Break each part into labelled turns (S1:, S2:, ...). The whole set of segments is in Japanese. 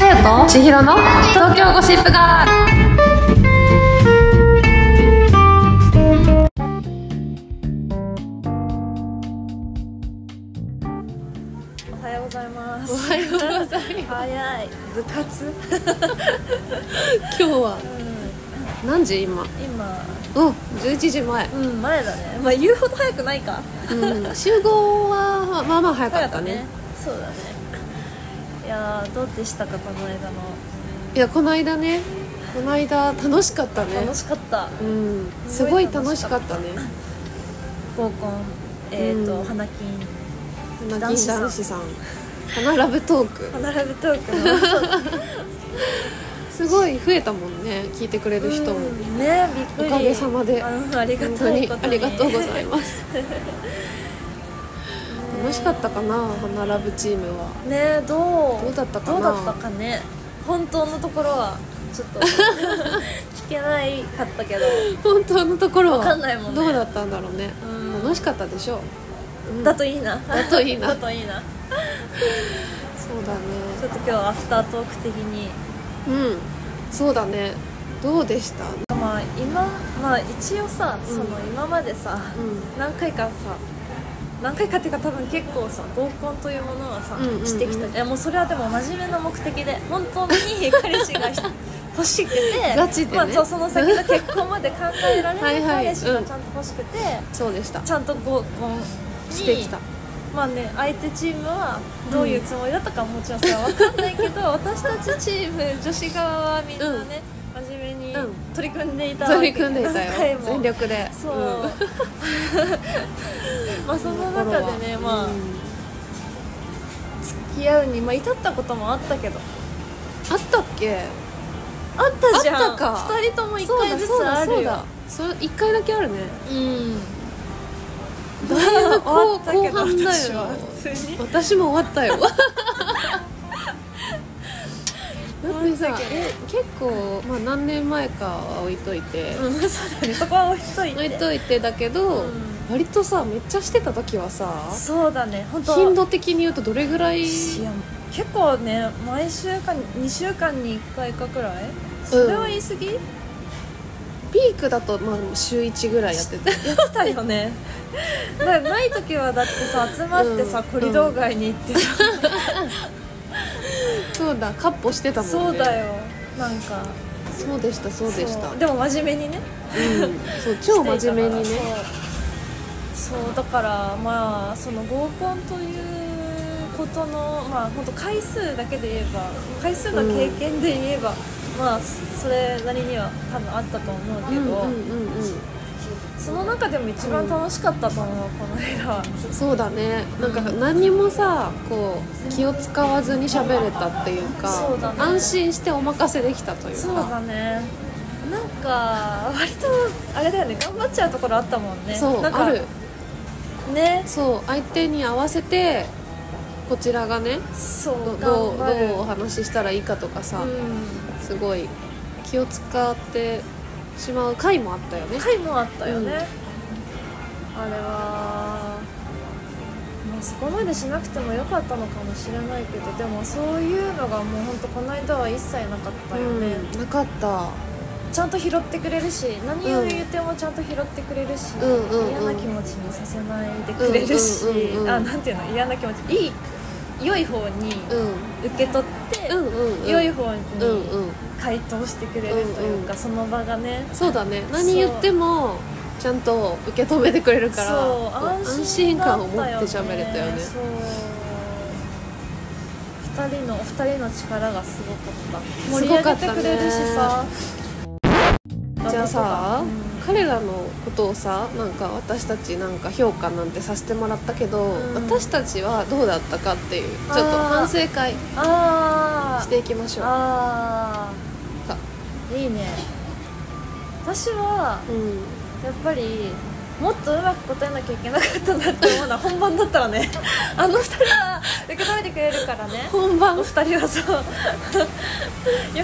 S1: ひろの東京ゴシップガー
S2: おはようございます
S1: おはようございま
S2: 早い部活
S1: す今日は何時今
S2: 今
S1: お11時前、
S2: うん前だねまあ言うほど早くないか
S1: うん、集合はまあまあ早かったね
S2: そうだねいやーどうでしたかこの間の
S1: いやこの間ねこの間楽しかったね
S2: 楽しかった
S1: うんすごい楽しかったね
S2: 合コンえっ、ー、と、
S1: うん
S2: 花金
S1: 花金男
S2: 男
S1: 子
S2: 子
S1: さん花ラブトーク
S2: 花ラブトークの人
S1: すごい増えたもんね聞いてくれる人も、
S2: うんねびっくり
S1: おかげさまで
S2: うんありが
S1: 本
S2: た
S1: 当
S2: い
S1: に
S2: こと
S1: ありがとうござい
S2: ま
S1: ます 楽しかったかな花ラブチームは
S2: すねどう
S1: どうだったかな
S2: どうだったかね本当のところはちょ っと聞けないかったけど
S1: 本当のところは
S2: わかんないもんね
S1: どうだったんだろうね、
S2: うん
S1: 楽しかったでしょう、うん
S2: だといいな
S1: だといい な
S2: だといいな
S1: そうだね
S2: ちょっと今日アフタートーク的に
S1: うんそうだねどうでした
S2: まあ今まあ一応さ、
S1: うん
S2: その今までさ
S1: う
S2: 何回かさ何回かっていうか多分結構さ合コンというものはさ、
S1: うんうんうん
S2: してきたいやもうそれはでも真面目な目的で本当に彼氏 が欲しくて
S1: ガチでね
S2: まあ、そうその先の結婚まで考えられ
S1: は
S2: ないい
S1: はい
S2: 彼氏
S1: う
S2: が
S1: ん
S2: ちゃんと欲しくて、
S1: そうでした
S2: ちゃんと合コンに
S1: してきた
S2: まあね相手チームはどういうつもりだったかはもちろんそれは分かんないけど私たちチーム女子側はみんなね、真面目に
S1: うん
S2: 取り組んでいたわ
S1: 取
S2: け
S1: り組んでいた
S2: 何回
S1: よ
S2: も
S1: 全力で
S2: そう、
S1: ん
S2: まあその中でねまあ
S1: うん
S2: 付き合うに、まあ、至ったこともあったけど
S1: あったっけ
S2: あったじゃん
S1: あったか
S2: 2人とも1
S1: そうだ
S2: 回ず
S1: そう
S2: つ
S1: だ
S2: あ
S1: そ
S2: る
S1: う
S2: よ
S1: だそれ一回だけあるね
S2: うん
S1: だいぶ
S2: 終わ
S1: 後
S2: ったけ
S1: 後
S2: ど
S1: 半だ
S2: 私
S1: よ
S2: は普通に
S1: 私も終わっ たよだって
S2: 終わ
S1: さ
S2: ったけど
S1: え結構、まあ、何年前かは置いといて、
S2: うんそうだね そこは置いといて
S1: 置いといてだけど、
S2: うん
S1: 割とさめっちゃしてた時はさ
S2: そうだね本当
S1: 頻度的に言うとどれぐらい
S2: いや結構ね毎週か2週間に1回かくらいそれは言い過ぎ、や
S1: ピークだと、まあ、週1ぐらいやってて
S2: ってたよねだからない時はだってさ集まってさ、
S1: うん
S2: コリドー街に行ってさ、
S1: そうだカッポしてたもんね
S2: そうだよなんか
S1: そうでしたそうでした
S2: そうでも真面目にね
S1: うん、そう超真面目に
S2: していたか
S1: ね
S2: らそうそうだからまあその合コンということのまあ本当回数だけで言えば回数の経験で言えば、まあそれなりには多分あったと思うけど、
S1: うんうんうんう
S2: その中でも一番楽しかったと思う、この間は
S1: ん、そうだねなんか何にもさこう気を使わずに喋れたっていうか
S2: そうだね
S1: 安心してお任せできたという
S2: そう
S1: か
S2: だねなんか割とあれだよね頑張っちゃうところあったもんね
S1: そう
S2: なんか
S1: ある
S2: ね
S1: そう相手に合わせてこちらがね
S2: そう
S1: どうど
S2: 頑
S1: う
S2: 張る
S1: どうお話ししたらいいかとかさ、
S2: うん
S1: すごい気を使ってしまう回もあったよね
S2: 回もあったよね、
S1: うん
S2: あれはまあそこまでしなくてもよかったのかもしれないけどでもそういうのがもうほんとこの間は一切なかったよね、
S1: うん、なかった
S2: ちゃんと拾ってくれるし何を言ってもちゃんと拾ってくれるし、
S1: うんうんうん
S2: 嫌な気持ちにさせないでくれるし、
S1: うんうんうんうん
S2: あなんていうの嫌な気持ちいい良い方に
S1: う
S2: 受け取って、
S1: んうんうんうん
S2: 良い方
S1: うん
S2: に
S1: うん
S2: 回答してくれるというか、
S1: うんうん
S2: その場がね
S1: そうだね何言ってもちゃんと受け止めてくれるから
S2: そう
S1: こう
S2: 安
S1: 安
S2: 心
S1: 心
S2: だった
S1: 感
S2: よ
S1: を
S2: ね
S1: 持って喋れたよね
S2: そう二人のお二人の力がすごかった盛り上げてくれるしさ、
S1: じゃあさ、
S2: うん
S1: 彼らのことをさなんか私たちなんか評価なんてさせてもらったけど、
S2: ん
S1: 私たちはどうだったかっていうちょっと
S2: あー
S1: 反省会
S2: ああ
S1: していきましょう
S2: あ
S1: か
S2: あいいね私は
S1: うん
S2: やっぱりもっとうまく答えなきゃいけなかったなって思うのは本番だったら ねあの二人は受け止めてくれるからね
S1: 本番
S2: お 二人はそうよ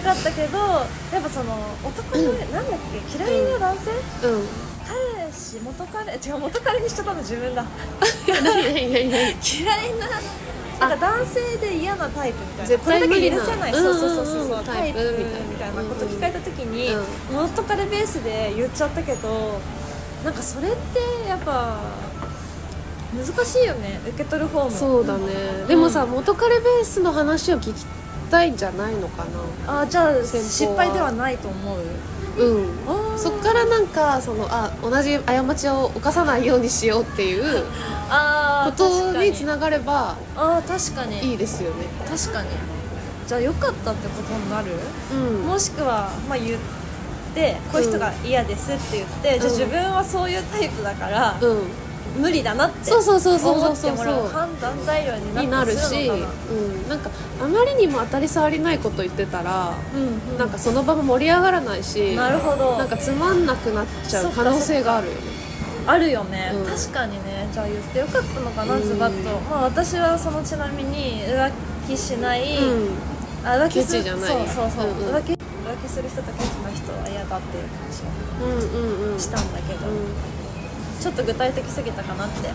S2: かったけどやっぱその男の、なんだっけ嫌いな男性、
S1: うん
S2: 彼氏元彼違う元彼にしちゃったの自分だ
S1: いやいやいやいや
S2: 嫌いななんか男性で嫌なタイプみたいな
S1: 絶
S2: これ
S1: 対
S2: だ
S1: 無理
S2: け
S1: な
S2: 許せない、
S1: うんうんうん
S2: そうそうそうそう
S1: タ
S2: タ
S1: イ
S2: イ
S1: プ
S2: プみたいなこと聞かれた時に、
S1: う
S2: 元カレベースで言っちゃったけどなんかそれってやっぱ難しいよね受け取る方も
S1: そうだね、でもさ元彼ベースの話を聞きたいんじゃないのかな
S2: あじゃあ
S1: 先方は
S2: 失敗ではないと思う
S1: うん
S2: あー
S1: そっからなんかそのあ同じ過ちを犯さないようにしようっていう
S2: あ
S1: こ
S2: ー
S1: とにつ
S2: 確かに
S1: ながれば
S2: あー確かに
S1: いいですよね
S2: 確かにじゃあ良かったってことになる
S1: うん
S2: もしくは、まあ、言ってこういう人が嫌ですって言って、じゃあ
S1: うん
S2: 自分はそういうタイプだから、
S1: うん
S2: 無理だなって
S1: そうそうそうそうそ
S2: 思
S1: う
S2: って
S1: そう
S2: もらう判断材料に
S1: に
S2: な
S1: な
S2: った
S1: る
S2: りす
S1: し、
S2: るのか
S1: うん、なんかあまりにも当たり障りないこと言ってたら
S2: なうん
S1: なんかその場も盛り上がらないし
S2: なるほど
S1: なんかつまんなくなっちゃう可能性があるよね
S2: あるよね、
S1: うん
S2: 確かにねじゃあ言ってよかったのかな
S1: うん
S2: ズバッと、まあ私はそのちなみに浮気しない、
S1: うん
S2: あ浮気す
S1: ケチ
S2: る
S1: じゃない
S2: そうそうそう、
S1: うんうん
S2: 浮気浮気する人とケチな人は嫌だっていう話を
S1: うんうんうん
S2: したんだけど、
S1: う
S2: ちょっと具体的すぎたかなって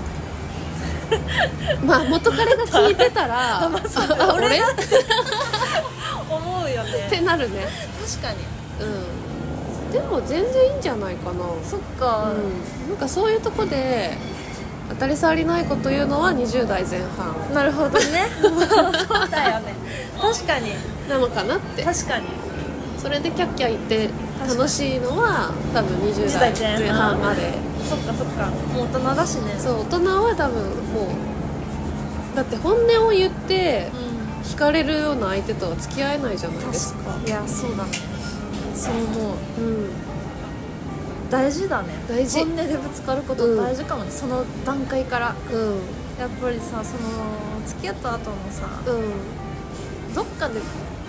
S1: んまあ元彼が聞いて たらああ俺
S2: 思うよね
S1: ってなるね
S2: 確かに
S1: うんでも全然いいんじゃないかな
S2: そっか、
S1: うん、なんかそういうとこで当たり障りないこと言うのは20代前半
S2: なるほどねそうだ よね確かに
S1: なのかなって
S2: 確かに
S1: それでキャッキャ言って
S2: 確かに
S1: 楽しいのは多分20代
S2: 20代
S1: 前
S2: 前
S1: 半
S2: 半
S1: まで
S2: そっかそっかもう大人だしね
S1: そう大人は多分もうだって本音を言って
S2: うん
S1: 惹かれるような相手とは付き合えないじゃないですか
S2: 確かいやそうだねそう思う
S1: うん
S2: 大事だね
S1: 大事
S2: 本音でぶつかること大事かもね、その段階から
S1: うん
S2: やっぱりさその付き合った後もさ
S1: うん
S2: どっかで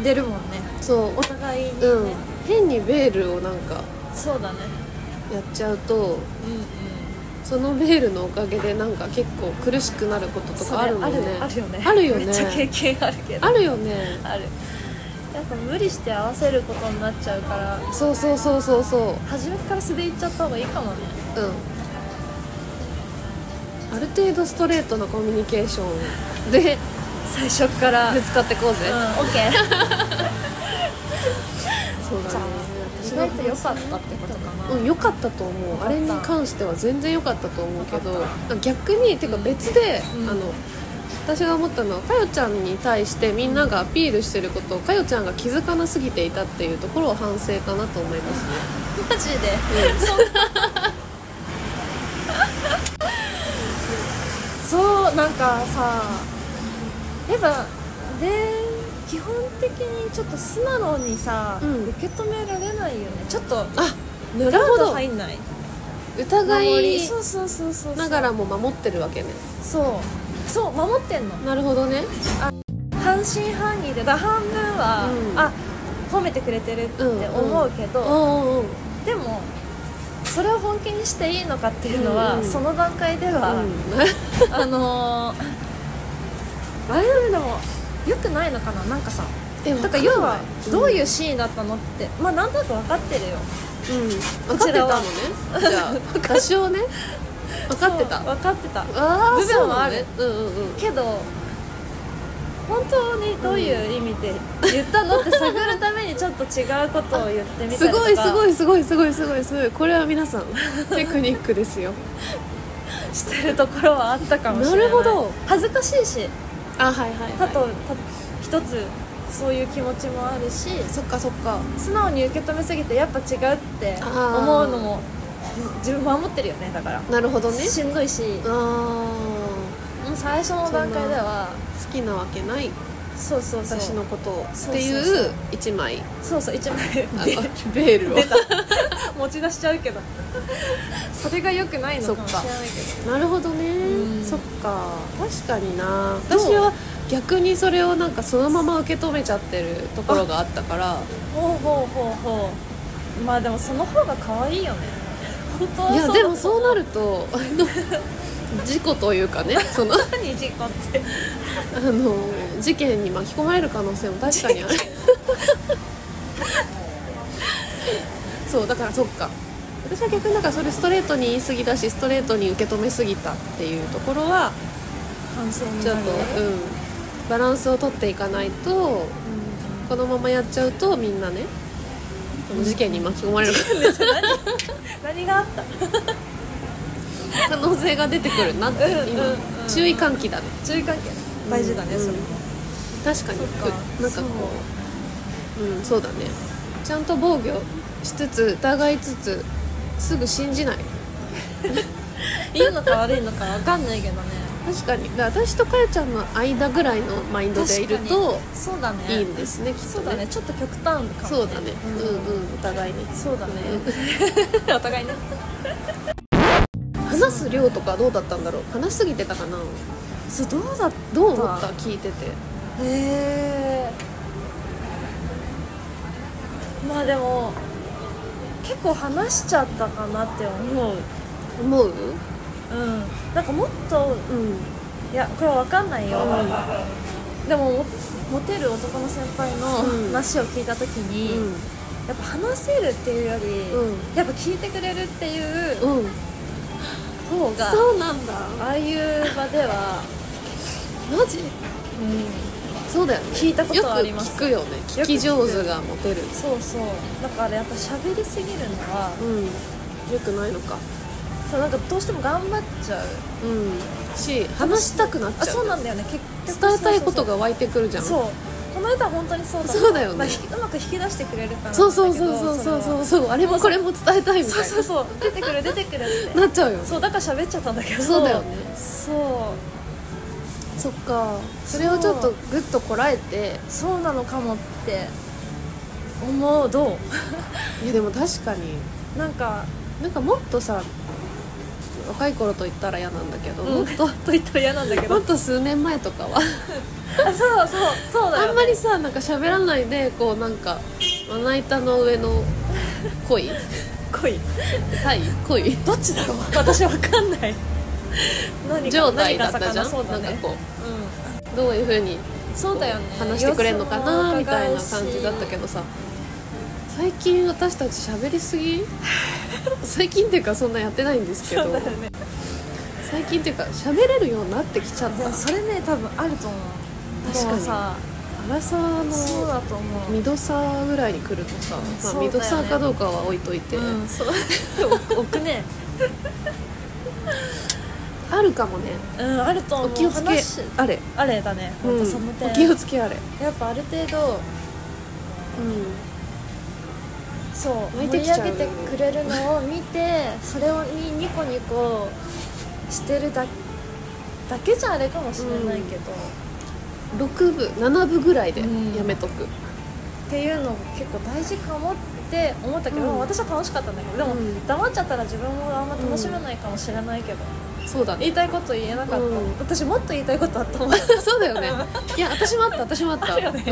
S2: 出るもんね
S1: そ
S2: お互いに
S1: う
S2: ね、
S1: うん変にベールをなんか
S2: そうだね
S1: やっちゃうと
S2: うんうん
S1: そのベールのおかげでなんか結構苦しくなることと
S2: そ
S1: か
S2: れ
S1: あるもんね
S2: あるよね
S1: あるよ ね
S2: めっちゃ経験あるけど
S1: あるよね
S2: あるやっぱ無理して合わせることになっちゃうから
S1: そうそうそうそうそううん
S2: 初めから素でいっちゃった方がいいかもね
S1: ある程度ストレートなコミュニケーションで
S2: 最初から
S1: ぶつかってこう
S2: うん、
S1: ぜ、
S2: オッケー
S1: そうだね
S2: 意外と良かったってことかな、
S1: うん、良かったと思うあれに関しては全然良かったと思うけ
S2: 良
S1: ど
S2: か
S1: 逆にてか別で、
S2: うん
S1: あの私が思ったのはかよちゃんに対してみんながアピールしてることをかよちゃんが気づかなすぎていたっていうところを反省かなと思いますね
S2: マジで、そんなそうなんかさやっぱで基本的にちょっと素直にさ、
S1: うん
S2: 受け止められないよねちょっと
S1: あな
S2: ガ
S1: る
S2: ー
S1: ほ
S2: ド
S1: ど
S2: 入んない守
S1: 疑
S2: り
S1: い
S2: そうそうそうそう
S1: ながらも守ってるわけね
S2: そうそう守ってんの
S1: なるほどね
S2: 半信半疑でだから半分は、
S1: うん
S2: あ褒めてくれてるって思うけど、
S1: うんうん
S2: でもそれを本気にしていいのかっていうのは、
S1: うんうん
S2: その段階では、
S1: う
S2: あのー、あれでもよくないのかななんかさ
S1: ん
S2: だから要はどういううシーンだったのって、まあなんとなく分かってるよ
S1: ん分かってたのねじ ゃあ多少ね分かってた
S2: そう分かってた
S1: あー
S2: 部分はある
S1: そうなのねうんうんうん
S2: けど本当にどういう意味で言ったのって探るためにちょっと違うことを言ってみたりとか
S1: すごいすご
S2: い
S1: いすごいすごいすごいすごいこれは皆 さんテクニックですよ
S2: してるところはあったかもしれない
S1: なるほど
S2: 恥ずかしいし
S1: あはいはい
S2: たとた一つそういう気持ちもあるし
S1: そっかそっか
S2: 素直に受け止めすぎてやっぱ違うって
S1: あー
S2: 思うのも自分守ってるよねだから、
S1: なるほどね
S2: しんどいし、
S1: ああ
S2: もう最初の段階では
S1: 好きなわけない
S2: そうそうそう
S1: 私のことを
S2: そう
S1: って
S2: そう
S1: い
S2: そう
S1: 一枚
S2: そうそう一枚
S1: あ
S2: で
S1: のベールを
S2: 出た持ち出しちゃうけどそれが良くないのかもしれないけ
S1: なるほどね、
S2: うん
S1: そっか確かにな
S2: どう
S1: 私は逆にそれをなんかそのまま受け止めちゃってるところがあったから
S2: どほうほうほうほうまあでもその方が可愛いよね本当はい
S1: や
S2: そう
S1: でもそうなるとあの事故というかねその
S2: 何事故って
S1: あの事件に巻き込まれる可能性も確かにあ るそうだからそっか私は逆にだからそれストレートに言い過ぎだしストレートに受け止めすぎたっていうところは
S2: 感想に
S1: ちょ
S2: な
S1: っ
S2: る
S1: と、うんバランスを取っていかないとこのままやっちゃうとみんなねこの事件に巻き込まれる
S2: 何があった
S1: 可能性が出てくるなって
S2: うん
S1: 今
S2: うんうん
S1: 注意喚起だね
S2: 注意関係大事だね、
S1: うん
S2: それも
S1: 確かに
S2: そっか
S1: なんかこううんそうだねちゃんと防御しつつ疑いつつすぐ信じない
S2: いいのか悪いのかわかんないけどね
S1: 確かにだから私とかやちゃんの間ぐらいのマインドでいると
S2: そうだね
S1: いいんですねきっとね
S2: そうだねちょっと極端かもね
S1: そうだねうん
S2: うん
S1: うんお互いに
S2: そうだね お互いね
S1: 話す量とかどうだったんだろう話しすぎてたかな
S2: そうどうだった
S1: どう思った聞いてて
S2: へえまあでも結構話しちゃったかなって思う
S1: 思う
S2: うんなんかもっと
S1: うん
S2: いやこれわかんないよ、でもモモテる男の先輩の
S1: うん
S2: 話を聞いた時に、やっぱ話せるっていうより、
S1: う
S2: やっぱ聞いてくれるっていう
S1: うんうん
S2: 方が、
S1: そうなんだ
S2: ああいう場では、
S1: マジ
S2: うん、
S1: そうだよね
S2: 聞いたことはあります
S1: よく聞くよね聞き上手がモテる
S2: そうそうだからやっぱ喋りすぎるのは、
S1: うんよくないのか
S2: そうなんかどうしても頑張っちゃう
S1: うんし話したくなっ
S2: あ
S1: ちゃ
S2: そううなんだよね結局
S1: 伝えたいことが湧いてくるじゃん
S2: そうこの間は本当にそうだ
S1: そうだよね
S2: まあひうまく引き出してくれるから
S1: そうそうそうそうそうそうそうあれもこれも伝えたいみたい
S2: そう
S1: な
S2: そうそう出てくる出てくるって
S1: なっちゃうよね
S2: そうだから喋っちゃったんだけど
S1: そうだよね
S2: そう
S1: そっかそれをちょっとグッとこらえて
S2: そうなのかもって思うど
S1: いやでも確かに
S2: うなんか
S1: なんかもっとさ若い頃と言ったら嫌なんだけど、
S2: うん
S1: もっと
S2: と言ったら嫌なんだけど
S1: もっと数年前とかは
S2: あそうそうそうだよ、ね、
S1: あんまりさなんか喋らないでこうなんかまな板の上 の 恋
S2: 恋
S1: はい恋
S2: どっちだろう私わかんない何が
S1: 状態だった
S2: 何
S1: じゃ
S2: が魚
S1: ん、
S2: そうだ
S1: なん
S2: ね
S1: かこ
S2: うん
S1: うどういう風に
S2: そうだよね
S1: 話してくれるのかなみたいな
S2: 様子も
S1: 感
S2: 伺うし
S1: じだったけどさ最近私たち喋り すぎ最近っていうかそんなやってないんですけ
S2: そう
S1: ど
S2: だよね
S1: 最近っていうか喋れるようになってきちゃっ
S2: で
S1: た
S2: もそれね多分あると思う
S1: 確かに
S2: もうさ
S1: 荒沢
S2: そう
S1: の
S2: だと思う
S1: ミドサーぐらいに来るとさ、
S2: そう
S1: ま
S2: だよ
S1: あ、
S2: ね
S1: ミドサーかどうかは置いといて、
S2: うんそう 置くね
S1: あるかもね
S2: うんあると思
S1: お
S2: う
S1: 気をつけ
S2: 話
S1: あれ、
S2: あれだね
S1: う
S2: ほん
S1: ん、
S2: とその
S1: お
S2: 点
S1: 気をつけあれ、
S2: やっぱある程度そう
S1: 湧い
S2: 盛
S1: て
S2: り
S1: きちゃう
S2: 上げてくれるのを見てそれをにニコニコしてるだだけじゃあれかもしれないけど、
S1: うん、6部7部ぐらいで
S2: うん
S1: やめとく、
S2: っていうの結構大事かもって思ったけど、
S1: うん
S2: 私は楽しかったんだけどでも、
S1: うん
S2: 黙っちゃったら自分もあんま楽しめないかもしれないけど、
S1: そうだね
S2: 言いたいこと言えなかった、
S1: うん
S2: 私もっと言いたいことあったもん
S1: そうだよねいや私もあった私もあった
S2: あるよね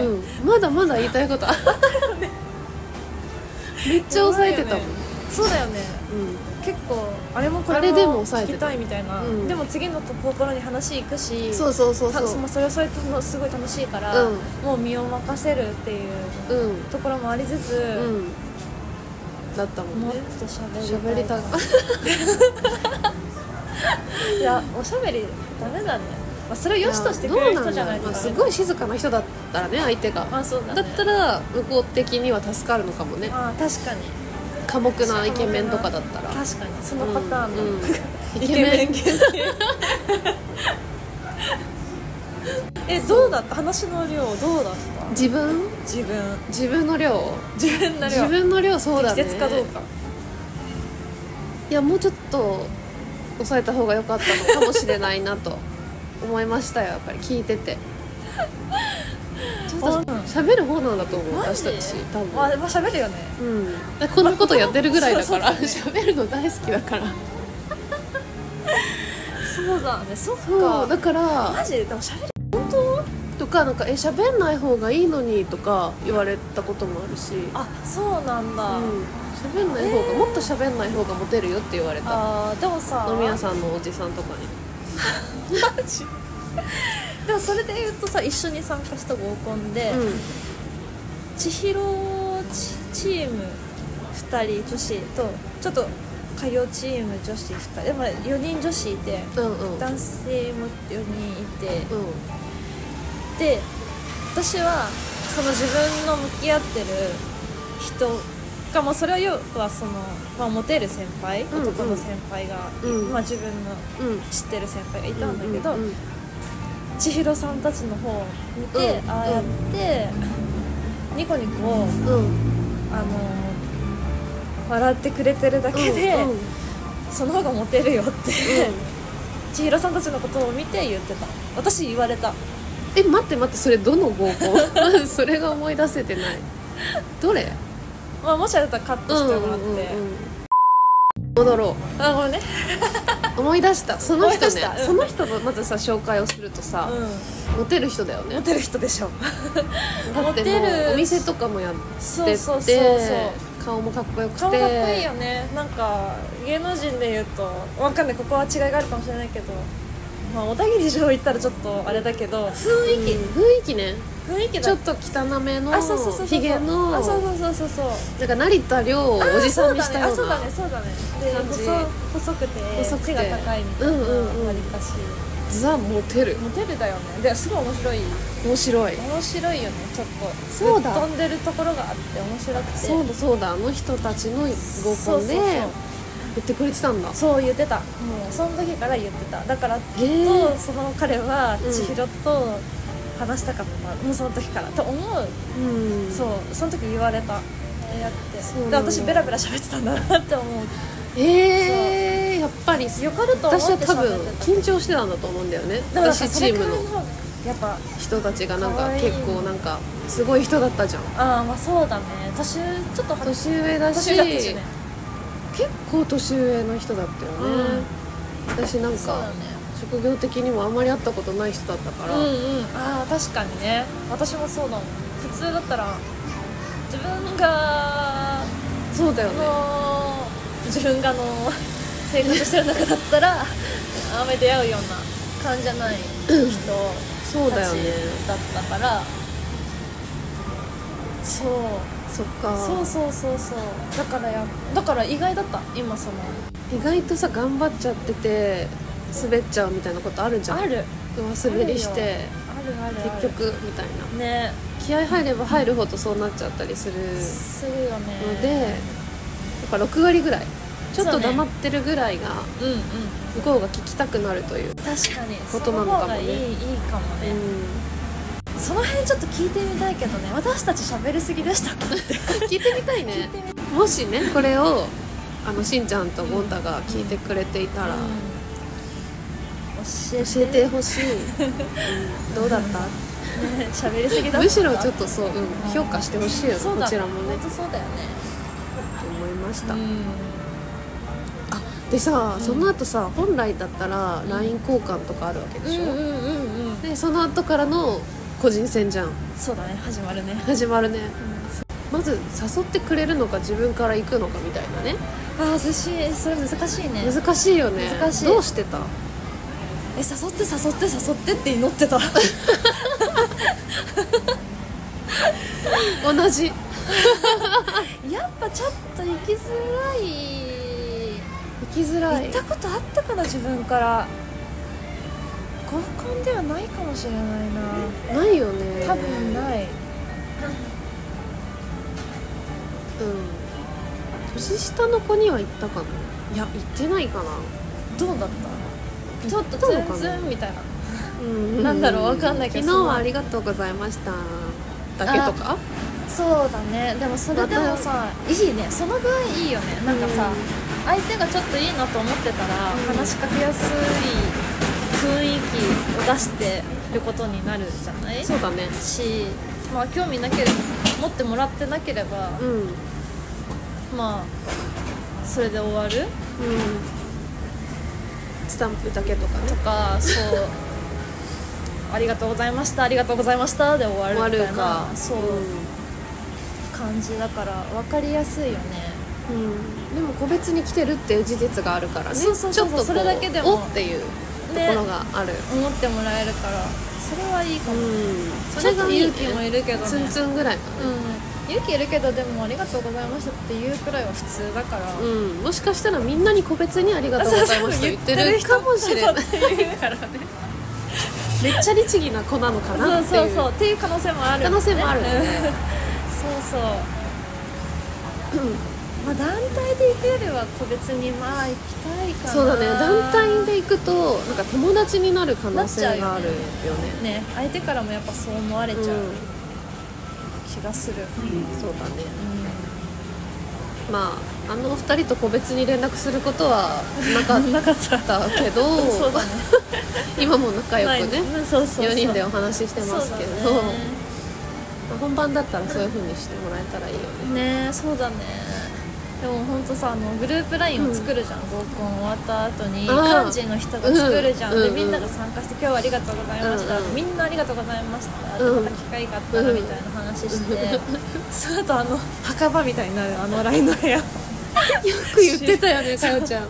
S1: うん、まだまだ言いたいことあったよねめっちゃ抑えてた
S2: やばい
S1: もん、
S2: よねそうだよね結構あれもこ
S1: あれ
S2: れ
S1: でも
S2: も
S1: 抑え
S2: 聞
S1: て
S2: き
S1: た
S2: たいみたいなで
S1: うん
S2: も次のところに話行く
S1: う
S2: し
S1: ん、そうそうそう
S2: た
S1: そ
S2: そうまあそれはそれともすごい楽しいから、
S1: うん
S2: もう身を任せるっていう
S1: うん
S2: ところもありつつ、
S1: うんだったもん
S2: もっ
S1: ね
S2: と喋りた
S1: 喋
S2: い
S1: りた
S2: いやおしゃべりダメだね、まあ、それを良しとしてくれる人じゃないと
S1: まあ、
S2: ダ
S1: す
S2: メだ
S1: ごい静かな人だったらね相手が
S2: まあそうだ
S1: だ
S2: ね
S1: ったら向こう的には助かるのかもね
S2: ああ確かに
S1: 寡黙なイケメンとかだったら
S2: 確かにそのパターンの、
S1: うんうんイ
S2: イケ
S1: ケメ
S2: メ
S1: ン
S2: ン限定 えどうだった話の量どうだった
S1: 自分
S2: 自分
S1: 自分の量
S2: 自分の量
S1: 自分の量そうだね
S2: 適切かどうか
S1: いやもうちょっと抑えた方が良かったのかもしれないなと思いましたよやっぱり聞いててちょっ
S2: う
S1: と
S2: ん
S1: 喋る方なんだと思う
S2: マ
S1: 私
S2: ジ
S1: たち多
S2: まあ
S1: 分、
S2: まあ喋るよね
S1: うん、だからこんなことやってるぐらいだから
S2: そうそう
S1: 喋、るの大好きだから
S2: そうだねそっか
S1: そうだから
S2: マジでも喋る
S1: とかなんか「え喋んない方がいいのに」とか言われたこともあるし
S2: あそうなん
S1: う
S2: だ、
S1: ん、喋んない方が、
S2: えー
S1: もっと喋んない方がモテるよって言われた
S2: あーでもさ
S1: 飲み屋さんのおじさんとかに
S2: マジ でもそれで言うとさ一緒に参加した合コンで、
S1: う
S2: 千尋チチーム2人女子とちょっと火曜チーム女子2人でも4人女子いて
S1: んうんうん
S2: 男性も4人いて
S1: うん
S2: で私はその自分の向き合ってる人が、まあ、それは要はその、まあ、モテる先輩
S1: うんうん
S2: 男の先輩が、
S1: うん
S2: まあ、自分の
S1: うん
S2: 知ってる先輩がいたんだけど、
S1: うんうん
S2: 千尋さんたちの方を見て、
S1: うん
S2: ああやって、ニコニコを
S1: うん
S2: あの笑ってくれてるだけで、
S1: うんうん
S2: その方がモテるよって、千尋さんたちのことを見て言ってた私言われた
S1: え待って待ってそれどの合コンまずそれが思い出せてないどれ
S2: まあ、もしあれだったらカットしてもらって、
S1: 戻ろ
S2: あごめんね
S1: う思い出したその人
S2: 思い出
S1: ね
S2: したうん
S1: その人のまずさ紹介をするとさ、
S2: う
S1: モテる人だよね
S2: んモテる人でしょ
S1: だっても
S2: モテる
S1: うお店とかもやってて
S2: そうそうそうそう
S1: 顔もかっこよくて
S2: 顔かっこいいよねなんか芸能人で言うとわかんないここは違いがあるかもしれないけど、まあ、小田切城行ったらちょっとあれだけど雰囲気、
S1: うん雰囲気ね
S2: 雰囲気だ
S1: ちょっと汚めの
S2: あそうそうそうそう
S1: ひげの
S2: あそうそうそうそうそう
S1: なんか成田凌をおじさんにしたよ
S2: あそうう
S1: な
S2: だねあそうだねそうだね
S1: 感じ
S2: で細細くて
S1: 細くて
S2: 背が高いみたいな
S1: うんうんうん
S2: わりかし
S1: ザモテる
S2: モテるだよねですごい面白い
S1: 面白い
S2: 面白いよねちょっと
S1: そうだ
S2: ぶっ飛んでるところがあって面白くて
S1: そうだそうだあの人たちの合
S2: そ
S1: コ
S2: う
S1: ン
S2: そうそ
S1: で
S2: う
S1: 言ってくれてたんだ
S2: そう言ってたもうその時から言ってただからきっ
S1: へ
S2: と
S1: え
S2: その彼は
S1: うん
S2: 千尋と話したかった、もうその時からと思う、
S1: うん
S2: そうその時言われたああやって
S1: そうなん
S2: で
S1: だ
S2: 私ベラベラ喋ってたんだなって思う
S1: えー、やっぱり
S2: よかると思
S1: 私は
S2: って
S1: 多分
S2: 喋ってた
S1: 緊張してたんだと思うんだよね
S2: でもなんか
S1: 私
S2: そ
S1: チ
S2: れ
S1: ー
S2: く
S1: ム
S2: らい
S1: の
S2: のやっぱ
S1: 人たちがなん
S2: か
S1: か
S2: わいい
S1: 結構なんかすごい人だったじゃん
S2: ああまあそうだね年ちょっとは
S1: 年上だし
S2: 年上だったしね
S1: 結構年上の人だったよね、私なん
S2: そうだ
S1: か
S2: ね
S1: 職業的にもあんまり会ったことない人だったか
S2: う
S1: ら、
S2: んああ確かにね私もそうだもん普通だったら自分が
S1: そうだよね
S2: の自分があの生活してる中だったら雨で会うような感じじゃない人
S1: そう
S2: た
S1: だ
S2: ち
S1: よね
S2: だったからそう
S1: そっか
S2: そうそうそうそうだからやだから意外だった今その
S1: 意外とさ頑張っちゃってて滑っちゃうみたいなことあるじゃん
S2: ある
S1: 上滑りして
S2: あるあるある
S1: 結局みたいな
S2: ね
S1: 気合入れば入るほどそうなっちゃったりする
S2: するよね
S1: のでやっぱ6割ぐらいちょっと黙ってるぐらいが
S2: うんうん
S1: 向こうが聞きたくなるという、
S2: 確かに
S1: ことなのかも
S2: その方
S1: ね
S2: がいいいいかもね、
S1: う
S2: その辺ちょっと聞いてみたいけどね私たち喋りすぎでしたかって
S1: ん、聞いてみたいね
S2: みた
S1: もしねこれをあのしんちゃんとゴンタが聞いてくれていたら、
S2: 教え
S1: 教えて ほしい、うんどうだっ
S2: ね喋りすぎだ
S1: た
S2: った
S1: むしろちょっとそう、うん、
S2: ん
S1: 評価してほしいよね
S2: そうだ
S1: こちらもね
S2: 本当そうだよね
S1: と思いました、
S2: ん
S1: あでさ、
S2: うん
S1: その後さ本来だったら LINE 交換とかあるわけでしょ、
S2: うんうんうんうん
S1: でその後からの個人戦じゃん
S2: そうだね始まるね
S1: 始まるねまず誘ってくれるのか自分から行くのかみたいなね
S2: ああ寿司それ難しいね
S1: 難しいよね
S2: 難しい
S1: どうしてた
S2: え誘って誘って誘ってって祈って た
S1: 同じ行
S2: やっぱちょっと行きづらい
S1: きづら
S2: 行
S1: い
S2: ったことあったかな自分から合コンではないかもしれないな
S1: ないよね
S2: 多分ない
S1: うん年下の子には行ったかないや行ってないかな
S2: どうだったちょっと
S1: 行っ
S2: 全
S1: たのかな
S2: 然みたいな
S1: うん
S2: なんだろうわかんないけど
S1: 昨日はありがとうございましただけとか
S2: そうだねでもそれでもさいいねその分いいよねなんかさ、相手がちょっといいなと思ってたら、
S1: うん
S2: 話しかけやすい雰囲気を出してることになるじゃない
S1: そうだね
S2: しまあ興味なければ持ってもらってなければ、
S1: うんうん
S2: まあそれで終わる
S1: スタンプだけとかね
S2: とかそう ありがとうございましたありがとうございましたで終わる
S1: 終わ
S2: み
S1: る
S2: たい
S1: か
S2: なそう、
S1: う
S2: 感じだから分かりやすいよね
S1: ん、うんでも個別に来てるっていう事実があるからね
S2: そうそうそうそう
S1: ちょっとこう
S2: それだけでも
S1: おっていうところがある、
S2: 思ってもらえるからそれはいいか
S1: う
S2: も、
S1: ん
S2: それが勇気も
S1: い
S2: いるけどね
S1: ツンツンぐらいかな
S2: うん勇気いるけどでも「ありがとうございました」って言うくらいは普通だから、
S1: うん、もしかしたらみんなに個別にありがとうございました言ってるかもしれない
S2: そうそう言ってる人って言うからね
S1: めっちゃ律儀な子なのかなって
S2: そ
S1: いうう
S2: そうっていう可能性もある
S1: 可能性もあるよね
S2: うんそうそうまあ団体で行くよりは個別にまあ行きたいかな
S1: そうだね団体で行くとなんか友達になる可能性があるよね
S2: ね相手からもやっぱそう思われちゃう
S1: うん
S2: 気がする、
S1: そうだね
S2: う
S1: まああのお二人と個別に連絡することはなかっ
S2: ん、なかった
S1: たけど
S2: そうだね
S1: 今も仲良くね
S2: ないそうそうそう
S1: 4人でお話ししてますけ
S2: そ
S1: ど、
S2: う
S1: まあ本番だったらそういう風にしてもらえたらいいよね
S2: だねねそうだねでも本当さあのグループ LINE を作るじゃん、合コン終わった後に
S1: あー
S2: 幹事の人が作るじゃん、
S1: うん
S2: で
S1: うん
S2: みんなが参加して「今日はありがとうございました」
S1: うんうん
S2: みんなありがとうございました」
S1: うん
S2: また機会があったら」みたいな話して、その後あの墓場みたいになるあの LINE の部屋
S1: よく言ってたよ ねかよちゃん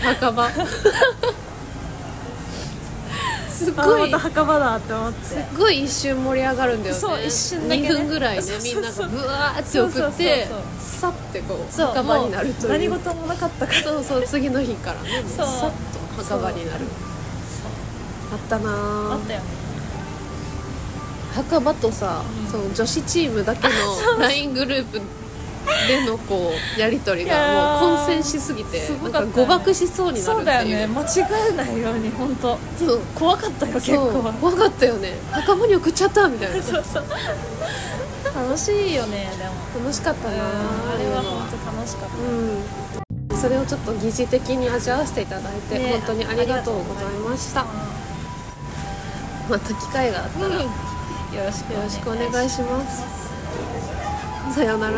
S1: 墓場 すっ
S2: あ
S1: ごい
S2: また墓場だって思って
S1: すっごい一瞬盛り上がるんだよね
S2: そう一瞬だけね
S1: 2分ぐらいね
S2: そうそう
S1: み
S2: そうん
S1: ながブワーって送って
S2: そうそう
S1: さってこう
S2: そう
S1: 墓場になると
S2: もう何
S1: いう
S2: 事もなかったから
S1: そうそう次の日からねもう
S2: そう
S1: さっと墓場になるあったな
S2: あ
S1: あ
S2: ったよね
S1: 墓場とさ、その女子チームだけの LINE グループでのこうやり取り
S2: いや
S1: が
S2: ー
S1: もう混戦しすぎて
S2: すご
S1: なん
S2: かった
S1: か
S2: よね
S1: 誤爆しそうになる
S2: そ
S1: っ
S2: う
S1: て
S2: だよ
S1: いう
S2: ね間違えないように本当
S1: そう
S2: 怖かったよ結
S1: そう
S2: 構
S1: 怖かったよね墓場に送っちゃったみたいな
S2: そうそう楽しいよねでも
S1: 楽しかった
S2: うん
S1: な
S2: あれは
S1: も
S2: 本当楽しかっ
S1: うん、それをちょっと疑似的に味わわせていただいて、
S2: ね
S1: 本当にありがとうございました
S2: た
S1: また機会があったら
S2: うん
S1: よ
S2: よろしく
S1: ろしくお願いします、さようなら